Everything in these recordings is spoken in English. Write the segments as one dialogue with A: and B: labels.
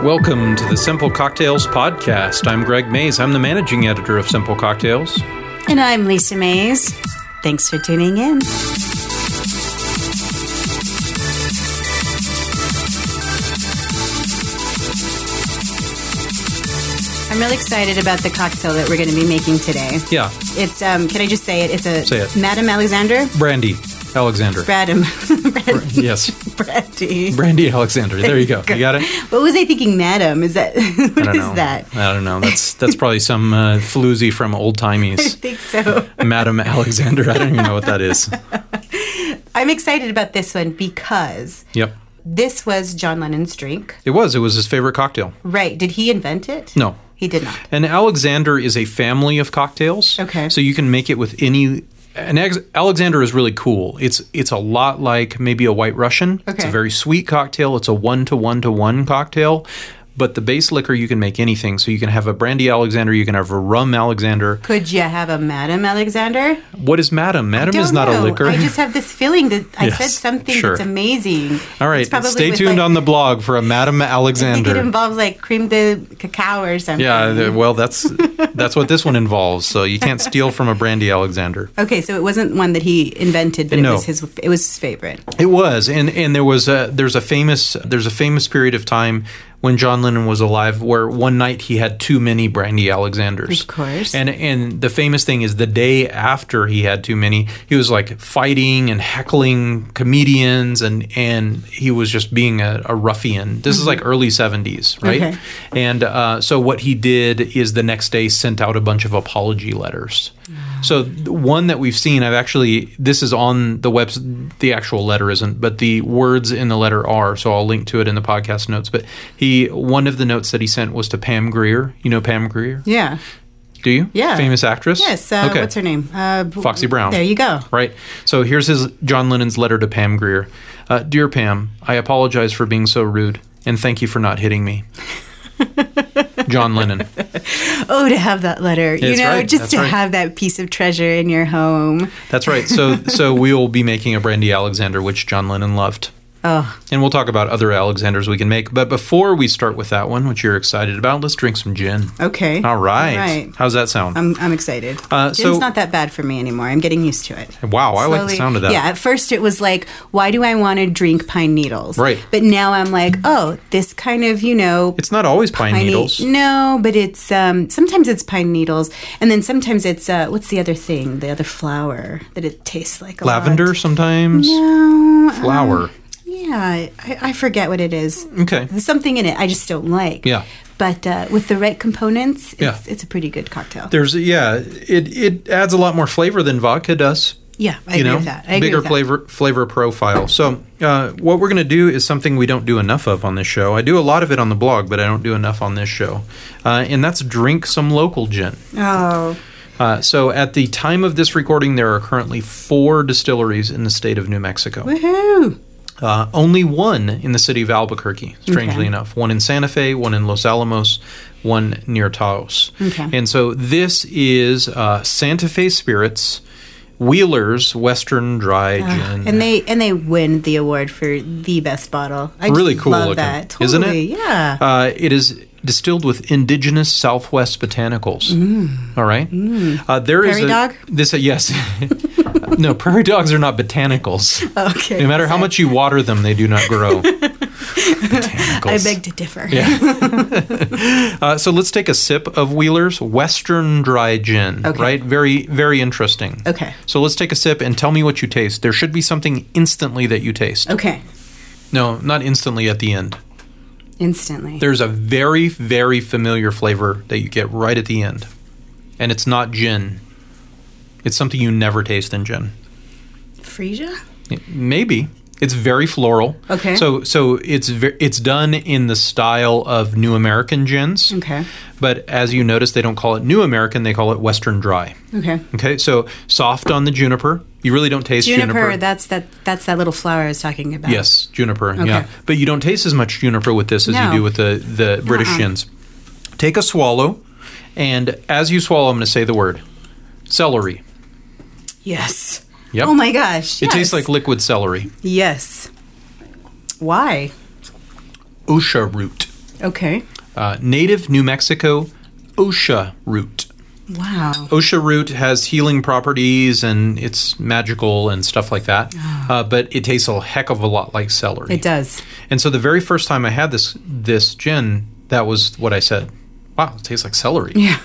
A: Welcome to the Simple Cocktails Podcast. I'm Greg Mays. I'm the managing editor of Simple Cocktails.
B: And I'm Lisa Mays. Thanks for tuning in. I'm really excited about the cocktail that we're going to be making today.
A: Yeah,
B: It's um, can I just say it? It's a
A: Say it.
B: Madam Alexander
A: Brandy Alexander.
B: Bradam
A: yes,
B: Brandy.
A: Brandy Alexander. There you go. You got it.
B: What was I thinking, Madam? Is that
A: I
B: what
A: don't
B: is
A: know.
B: that?
A: I don't know. That's that's probably some uh, floozy from old
B: I
A: timies.
B: think so.
A: Madam Alexander. I don't even know what that is.
B: I'm excited about this one because
A: Yep.
B: this was John Lennon's drink.
A: It was. It was his favorite cocktail.
B: Right. Did he invent it?
A: No.
B: He did not.
A: An Alexander is a family of cocktails.
B: Okay.
A: So you can make it with any. An ex- Alexander is really cool. It's it's a lot like maybe a White Russian. It's a
B: Okay.
A: very sweet cocktail. It's a one to one to one cocktail. But the base liquor you can make anything. So you can have a brandy Alexander. You can have a rum Alexander.
B: Could you have a Madam Alexander?
A: What is Madam? Madam
B: Don't
A: is not
B: know.
A: a liquor.
B: I just have this feeling that I
A: Yes,
B: said something
A: sure.
B: that's amazing.
A: All right.
B: It's probably
A: Stay
B: with,
A: tuned
B: like-
A: on the blog for a Madam
B: I think it
A: Alexander.
B: involves like cream de cacao or something.
A: Yeah. th- Well, that's that's what this one involves. So you can't steal from a brandy Alexander.
B: Okay, so it wasn't one that he invented, but
A: No.
B: it was his. It was his favorite.
A: It was, and and there was a there's a famous there's a famous period of time when John Lennon was alive where one night he had too many brandy Alexanders.
B: Of course.
A: And and the famous thing is the day after he had too many, he was like fighting and heckling comedians and and he was just being a, a ruffian. This is like early seventies, right?
B: Mm-hmm. Okay.
A: And uh, so what he did is the next day sent out a bunch of apology letters. So th- one that we've seen, I've actually this is on the webs. The actual letter isn't, but the words in the letter are. So I'll link to it in the podcast notes. But he one of the notes that he sent was to Pam Greer. You know Pam Greer?
B: Yeah.
A: Do you?
B: Yeah.
A: Famous actress.
B: Yes. Uh, What's her name? Oh. Uh, b-
A: Foxy Brown.
B: There you go.
A: Right. So here's his John Lennon's letter to Pam Greer. Uh, Dear Pam, I apologize for being so rude, and thank you for not hitting me. John Lennon.
B: Oh, to have that letter. you
A: That's
B: know,
A: right,
B: just
A: that's
B: to
A: right.
B: have that piece of treasure in your home.
A: That's right. So so we will be making a brandy Alexander, which John Lennon loved.
B: Oh,
A: And we'll talk about other Alexanders we can make. But before we start with that one, which you're excited about, let's drink some gin.
B: okay.
A: All right.
B: Right.
A: How's that sound?
B: I'm, I'm excited.
A: Uh, so-
B: it's not that bad for me anymore. I'm getting used to it.
A: wow, I like the
B: slowly-
A: sound of that.
B: Yeah, at first it was like, why do I want to drink pine needles?
A: Right.
B: But now I'm like, oh, this kind of, you know,
A: It's not always pine
B: piney-
A: needles.
B: No, but it's um, sometimes it's pine needles, and then sometimes it's uh, what's the other thing? The other flower that it tastes like a lot.
A: Lavender sometimes.
B: No, um,
A: Flower.
B: yeah, I, I forget what it is.
A: Okay.
B: There's something in it I just don't like.
A: Yeah.
B: But uh, with the right components, it's,
A: Yeah.
B: it's a pretty good cocktail.
A: There's yeah, it it adds a lot more flavor than vodka does.
B: yeah, I
A: you
B: agree
A: know,
B: with that. I agree
A: bigger
B: with that.
A: flavor flavor profile. So, uh, what we're going to do is something we don't do enough of on this show. I do a lot of it on the blog, but I don't do enough on this show, uh, and that's drink some local gin.
B: Oh,
A: Uh, so, at the time of this recording, there are currently four distilleries in the state of New Mexico.
B: woohoo!
A: Uh, only one in the city of Albuquerque, strangely
B: Okay.
A: enough. One in Santa Fe, one in Los Alamos, one near Taos.
B: Okay.
A: And so this is uh, Santa Fe Spirits, Wheeler's Western Dry Gin.
B: Ah, And they and they win the award for the best bottle. I
A: really
B: just
A: cool
B: love
A: looking,
B: that. Totally.
A: isn't it?
B: Yeah.
A: Uh, it is distilled with indigenous Southwest botanicals. All right. Uh, there is
B: Mm. Prairie
A: a-
B: dog?
A: This uh, yes. no, prairie dogs are not botanicals.
B: okay.
A: No matter how much you water them, they do not grow.
B: I
A: botanicals.
B: beg to differ.
A: Uh, so let's take a sip of Wheeler's Western Dry Gin.
B: Okay.
A: Right? Very, very interesting.
B: Okay.
A: So let's take a sip and tell me what you taste. There should be something instantly that you taste.
B: Okay.
A: No, not instantly at the end.
B: Instantly.
A: There's a very, very familiar flavor that you get right at the end. And it's not gin, it's something you never taste in gin.
B: Frisia?
A: Maybe. It's very floral.
B: Okay.
A: So so it's ve- it's done in the style of New American gins.
B: Okay.
A: But as you notice, they don't call it New American; they call it Western Dry.
B: Okay.
A: Okay. So soft on the juniper. You really don't taste
B: Juniper,
A: juniper.
B: that's that that's that little flower I was talking about.
A: yes, juniper. Yeah.
B: Uh, Okay.
A: But you don't taste as much juniper with this as
B: No.
A: you do with the the British
B: Uh-uh.
A: gins. Take a swallow, and as you swallow, I'm going to say the word celery.
B: Yes.
A: Yep.
B: Oh my gosh.
A: It
B: yes.
A: tastes like liquid celery.
B: Yes. Why?
A: Osha root.
B: Okay.
A: Uh, native New Mexico OSHA root.
B: Wow.
A: OSHA root has healing properties and it's magical and stuff like that. Uh, but it tastes a heck of a lot like celery.
B: Oh. It does.
A: And so the very first time I had this this gin, that was what I said. Wow, it tastes like celery.
B: Yeah.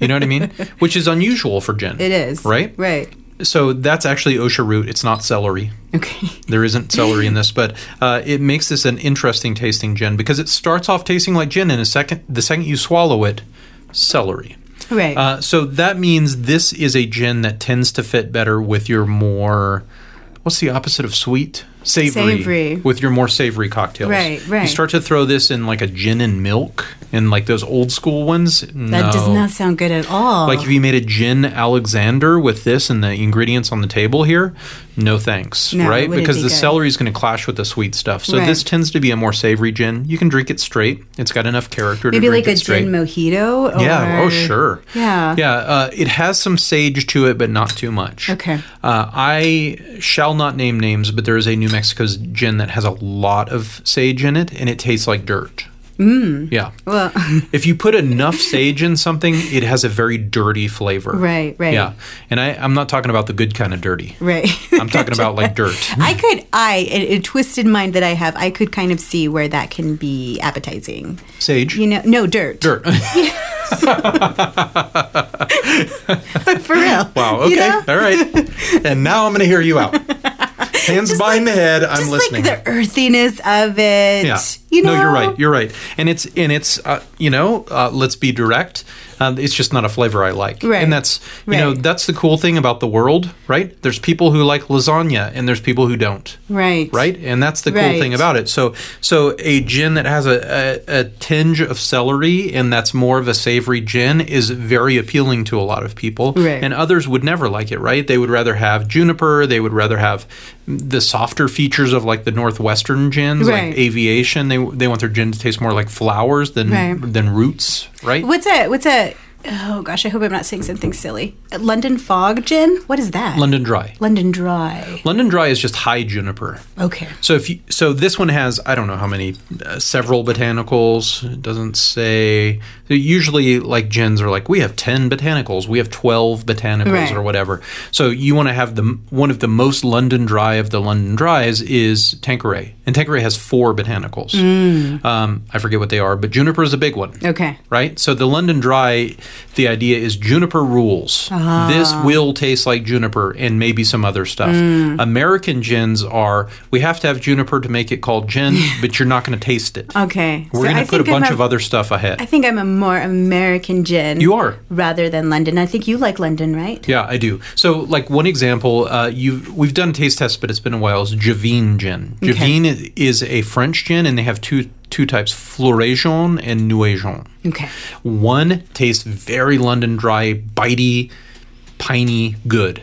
A: You know what I mean? Which is unusual for gin.
B: It is.
A: Right?
B: Right.
A: So that's actually OSHA root. It's not celery.
B: Okay.
A: There isn't celery in this, but uh, it makes this an interesting tasting gin because it starts off tasting like gin, and a second, the second you swallow it, celery.
B: Right.
A: Uh, so that means this is a gin that tends to fit better with your more, what's the opposite of sweet? Savory,
B: Savory.
A: With your more savory cocktails.
B: Right,
A: You
B: right.
A: start to throw this in like a gin and milk and like those old school ones.
B: that does
A: no.
B: not sound good at all.
A: Like if you made a gin Alexander with this and the ingredients on the table here, no thanks,
B: No, it
A: right?
B: wouldn't
A: Because
B: be
A: the
B: good.
A: celery is going to clash with the sweet stuff. So
B: Right.
A: this tends to be a more savory gin. You can drink it straight. It's got enough character
B: Maybe
A: to drink
B: like a
A: it straight.
B: gin mojito. Or,
A: yeah. Oh, sure.
B: Yeah.
A: Yeah. Uh, it has some sage to it, but not too much.
B: Okay.
A: Uh, I shall not name names, but there is a New Mexico's gin that has a lot of sage in it, and it tastes like dirt. Mm. Yeah.
B: Well,
A: If you put enough sage in something, it has a very dirty flavor.
B: right, right.
A: Yeah. Um, And I, I'm not talking about the good kind of dirty.
B: Right.
A: I'm talking about like dirt.
B: I could, I, a, a twisted mind that I have, I could kind of see where that can be appetizing.
A: Sage.
B: You know, no dirt.
A: Dirt.
B: For real.
A: wow. Okay.
B: You know?
A: All right. And now I'm going to hear you out. Hands behind the head. I'm
B: Just
A: listening.
B: like the earthiness of it.
A: yeah.
B: You know?
A: No, you're right. You're right. And it's and it's uh, you know, uh, let's be direct. Um, it's just not a flavor I like.
B: Right.
A: And that's you know
B: Right.
A: that's the cool thing about the world, right? There's people who like lasagna and there's people who don't.
B: right.
A: right and that's the cool
B: Right.
A: thing about it so so a gin that has a, a, a tinge of celery and that's more of a savory gin is very appealing to a lot of people
B: Right.
A: and others would never like it right they would rather have juniper they would rather have the softer features of like the northwestern gins
B: Right.
A: like aviation they, they want their gin to taste more like flowers than
B: Right.
A: than roots right
B: What's a, what's a, oh gosh, I hope I'm not saying something silly. A London fog gin? What is that?
A: london dry
B: London dry.
A: london dry is just high juniper
B: Okay.
A: So if you, so, this one has I don't know how many uh, several botanicals. It doesn't say. Usually, like gins are like we have ten botanicals, we have twelve botanicals
B: Right.
A: or whatever. So you want to have the m- one of the most London dry of the London dries is Tanqueray, and Tanqueray has four botanicals. Um, I forget what they are, but juniper is a big one
B: Okay.
A: right? So the London Dry, the idea is juniper rules.
B: Ah.
A: This will taste like juniper and maybe some other stuff.
B: Mm.
A: American gins are we have to have juniper to make it called gin, but you're not going to taste it.
B: Okay.
A: We're
B: Uh, So I
A: going to put a
B: think I'm
A: bunch of other stuff ahead.
B: I think I'm a more American gin.
A: you are.
B: rather than London. I think you like London, right?
A: Yeah, I do. So, like one example, uh, you we've done taste tests, but it's been a while. Is Javine gin? Javine i- is a French gin, and they have two two types: Floraison and Nuaison.
B: Okay.
A: One tastes very London dry, bitey, piney, good.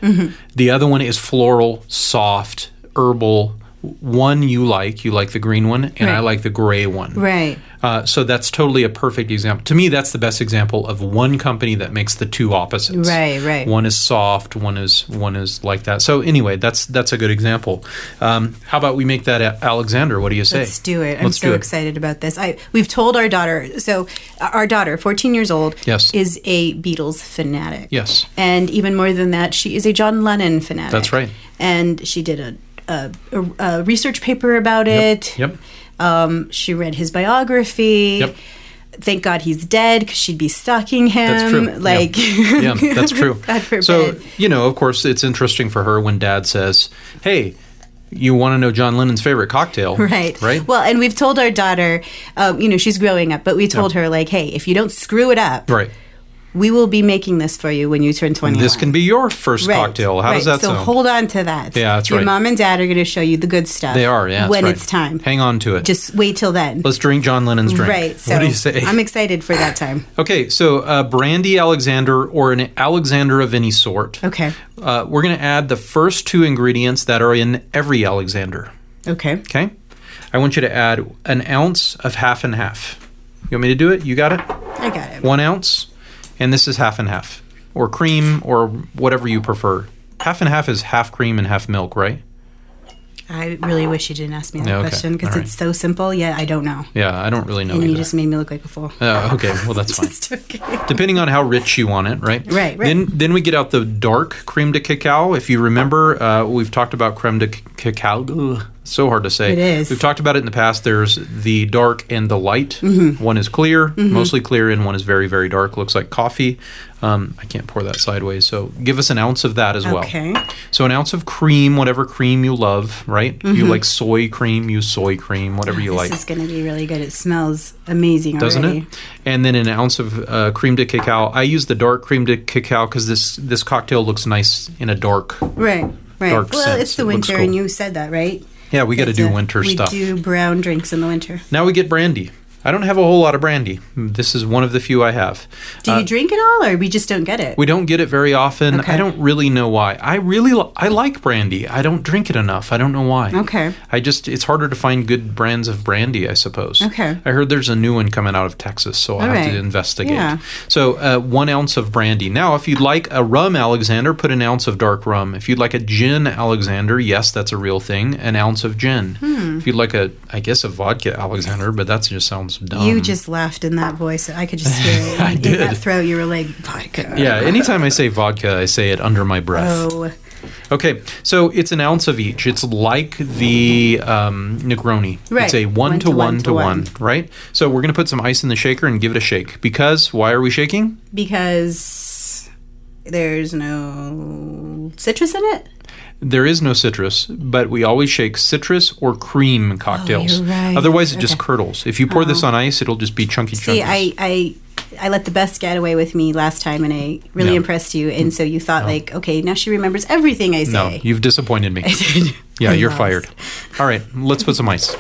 A: The other one is floral, soft, herbal. One you like, you like the green one, and I
B: Right.
A: like the gray one.
B: Right.
A: Uh, so that's totally a perfect example. To me, that's the best example of one company that makes the two opposites.
B: Right, right.
A: One is soft, one is one is like that. So anyway, that's that's a good example. Um, how about we make that a- Alexander? What do you say?
B: Let's do it. I'm
A: Let's
B: so
A: do it.
B: excited about this. I we've told our daughter. So our daughter, 14 years old,
A: Yes.
B: is a Beatles fanatic.
A: Yes.
B: And even more than that, she is a John Lennon fanatic.
A: That's right.
B: And she did a a, a, a research paper about it.
A: Yep.
B: Um, she read his biography.
A: Yep.
B: Thank God he's dead because she'd be stalking him.
A: That's true. Yeah.
B: Um, Like,
A: yeah, that's true.
B: God forbid.
A: So, you know, of course, it's interesting for her when dad says, hey, you want to know John Lennon's favorite cocktail.
B: Right.
A: Right?
B: Well, and we've told our daughter, um, you know, she's growing up, but we told her, like, hey, if you don't screw it up,
A: right.
B: we will be making this for you when you turn 21.
A: This can be your first
B: Right,
A: cocktail. How does
B: right.
A: that
B: so
A: sound?
B: hold on to that.
A: Yeah, that's
B: Your
A: right.
B: mom and dad are going to show you the good stuff.
A: they are, yeah. that's
B: When
A: right.
B: it's time.
A: Hang on to it.
B: Just wait till then.
A: Let's drink John Lennon's drink.
B: Right. So
A: what do you say?
B: I'm excited for that time.
A: okay, so uh, Brandy Alexander or an Alexander of any sort.
B: Okay.
A: Uh, we're going to add the first two ingredients that are in every Alexander.
B: Okay.
A: Okay? I want you to add an ounce of half and half. You want me to do it? You got it?
B: I got it.
A: one ounce, and this is half and half, or cream, or whatever you prefer. Half and half is half cream and half milk, right?
B: I really wish you didn't ask me that
A: Yeah, okay.
B: question because
A: All right.
B: it's so simple. Yeah, I don't know.
A: Yeah, I don't really know
B: and you
A: either.
B: just made me look like a fool.
A: Oh, okay, well that's fine.
B: Just okay.
A: Depending on how rich you want it, right?
B: Right, right.
A: Then then we get out the dark creme de cacao. If you remember, uh, we've talked about creme de c- cacao. Ugh, so hard to say.
B: It is.
A: We've talked about it in the past. There's the dark and the light.
B: Mm-hmm.
A: One is clear, mostly clear, and one is very very dark. Looks like coffee. Um, I can't pour that sideways. So give us an ounce of that as well.
B: Okay.
A: So an ounce of cream, whatever cream you love, right? If You like soy cream, use soy cream, whatever you
B: Mm-hmm. this
A: like
B: is going to be really good. It smells amazing
A: doesn't
B: already.
A: it? And then an ounce of uh, cream de cacao. I use the dark cream de cacao because this this cocktail looks nice in a dark.
B: Right, right.
A: Dark
B: well,
A: scents.
B: it's the
A: It looks
B: winter,
A: cool.
B: and you said that, right?
A: Yeah, we got to
B: It's
A: do
B: a-
A: winter
B: we
A: stuff.
B: do brown drinks in the winter.
A: Now we get brandy. I don't have a whole lot of brandy. This is one of the few I have.
B: Do you drink it all, or we just don't get it?
A: Uh, We don't get it very often.
B: Okay.
A: I don't really know why. I really li- I like brandy. I don't drink it enough. I don't know why.
B: Okay.
A: I just it's harder to find good brands of brandy. I suppose.
B: Okay.
A: I heard there's a new one coming out of Texas, so I'll
B: All
A: have to
B: right.
A: investigate.
B: Yeah.
A: So uh, one ounce of brandy. Now, if you'd like a rum, Alexander, put an ounce of dark rum. If you'd like a gin, Alexander, yes, that's a real thing. An ounce of gin.
B: Hmm.
A: If you'd like a, I guess a vodka, Alexander, but that just sounds dumb.
B: you just laughed in that voice. I could just hear it.
A: I
B: in
A: did.
B: that throat. You were like vodka.
A: yeah, anytime I say vodka, I say it under my breath.
B: Oh,
A: Okay, so it's an ounce of each. It's like the um, Negroni.
B: Right.
A: It's a one, to one to one,
B: one.
A: right? So we're going to put some ice in the shaker and give it a shake. Because why are we shaking?
B: because there's no citrus in it.
A: There is no citrus, but we always shake citrus or cream cocktails.
B: Oh, you're right. Oh.
A: Otherwise, it just curdles. If you pour this on ice, it'll just be chunky
B: See,
A: chunky.
B: I, I, I let the best get away with me last time, and I really
A: No.
B: impressed you. And so you thought, like, okay, now she remembers everything I say.
A: no, you've disappointed me.
B: did.
A: Yeah,
B: I
A: you're
B: lost.
A: fired. All right, let's put some ice.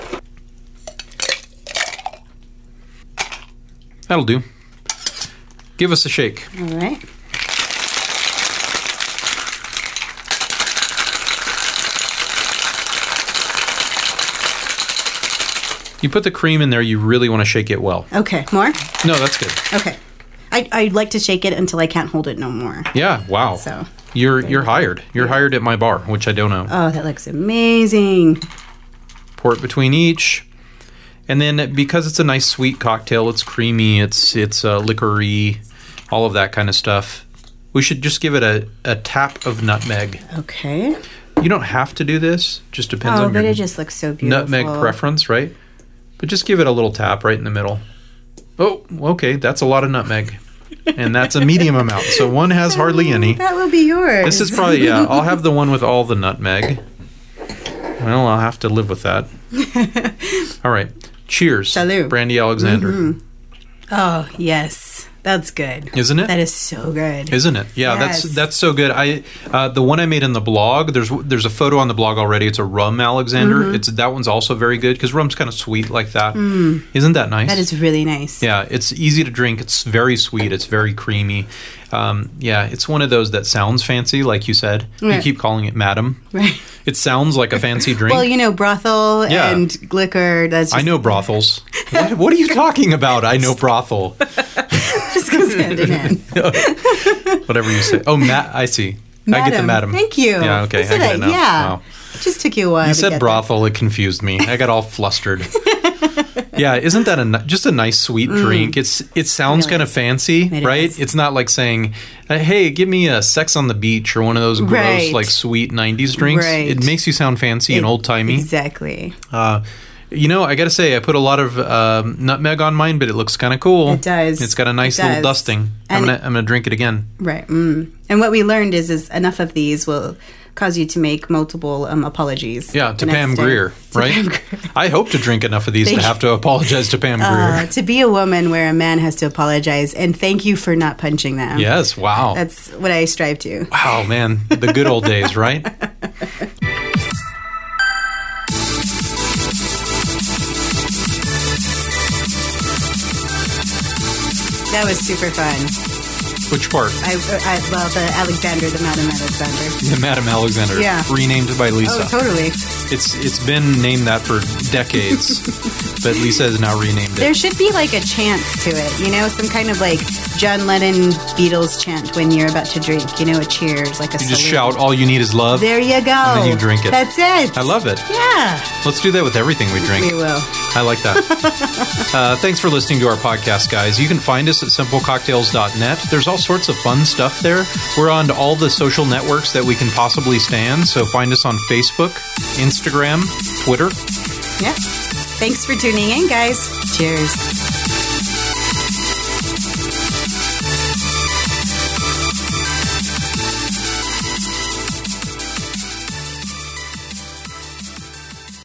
A: That'll do. Give us a shake.
B: All right.
A: You put the cream in there, you really want to shake it well.
B: Okay. More.
A: No, that's good.
B: Okay. I I like to shake it until I can't hold it no more.
A: Yeah, wow.
B: So.
A: you're you're hired. You're hired at my bar, which I don't know.
B: Oh, that looks amazing.
A: Pour it between each. And then because it's a nice sweet cocktail, it's creamy, it's it's uh, liquory, all of that kind of stuff. We should just give it a, a tap of nutmeg.
B: Okay.
A: You don't have to do this. Just depends
B: Oh,
A: on
B: but
A: your
B: it just looks so beautiful.
A: nutmeg preference, right? But just give it a little tap right in the middle. Oh, okay, that's a lot of nutmeg. and that's a medium amount. So one has hardly any.
B: That will be yours.
A: This is probably yeah. I'll have the one with all the nutmeg. Well, I'll have to live with that. all right. Cheers,
B: Salud.
A: Brandy Alexander.
B: Mm-hmm. Oh yes, that's good.
A: Isn't it?
B: That is so good.
A: Isn't it? Yeah, that's
B: Yes.
A: that's so good. I uh, the one I made in the blog. There's there's a photo on the blog already. It's a rum Alexander.
B: Mm-hmm.
A: It's that one's also very good because rum's kind of sweet like that. not that nice?
B: Mm. that is really nice.
A: Yeah, it's easy to drink. It's very sweet. It's very creamy. Um, yeah, it's one of those that sounds fancy, like you said. You
B: Right.
A: keep calling it madam.
B: Right.
A: It sounds like a fancy drink.
B: Well, you know, brothel
A: Yeah.
B: and liquor. That's
A: I
B: just,
A: know brothels. what, what are you talking about? I know brothel.
B: just goes hand in hand.
A: Whatever you say. Oh, Matt, I see. I get the madam.
B: Thank you.
A: Yeah, okay.
B: That's
A: I
B: what
A: get it now.
B: Yeah.
A: Wow.
B: It just took you a while.
A: You
B: to
A: said
B: get
A: brothel. It confused me. I got all flustered. yeah, isn't that a ni- just a nice sweet drink? It's it sounds
B: Mm. Really.
A: kind of fancy,
B: It
A: right?
B: is.
A: It's not like saying, uh, "Hey, give me a Sex on the Beach" or one of those gross,
B: Right.
A: like sweet '90s drinks.
B: Right.
A: It makes you sound fancy and
B: that.
A: old timey.
B: Exactly.
A: Uh, you know, I got to say, I put a lot of um, nutmeg on mine, but it looks kind of cool.
B: It does.
A: It's got a nice
B: It
A: little
B: does.
A: dusting. I'm
B: And-
A: gonna, I'm gonna drink it again.
B: Right. Mm. And what we learned is, is enough of these will cause you to make multiple um, apologies.
A: Yeah, to
B: the next
A: Pam
B: day.
A: Greer,
B: To
A: right?
B: Pam Grier.
A: I hope to drink enough of these to
B: Thank
A: have to apologize to Pam
B: Uh,
A: Greer.
B: to be a woman where a man has to apologize and thank you for not punching them.
A: Yes, wow.
B: That's what I strive to.
A: Wow, man, the good old days, right?
B: That was super fun.
A: Which part?
B: I, I, well, the Alexander, the Madam Alexander.
A: The Madam Alexander.
B: Yeah.
A: Renamed by Lisa.
B: Oh, totally.
A: It's it's been named that for decades, but Lisa has now renamed
B: There
A: it.
B: should be like a chant to it, you know, some kind of like John Lennon Beatles chant when you're about to drink, you know, a cheers, like a
A: You just shout,
B: salute.
A: "All you need is love."
B: There you go.
A: then you drink it.
B: That's it.
A: I love it.
B: Yeah,
A: Let's do that with everything we drink.
B: we will.
A: I like that. uh, thanks for listening to our podcast, guys. You can find us at simplecocktails.net. There's all sorts of fun stuff there. We're on all the social networks that we can possibly stand. So find us on Facebook, Instagram, Twitter.
B: Yeah. Thanks for tuning in, guys. Cheers.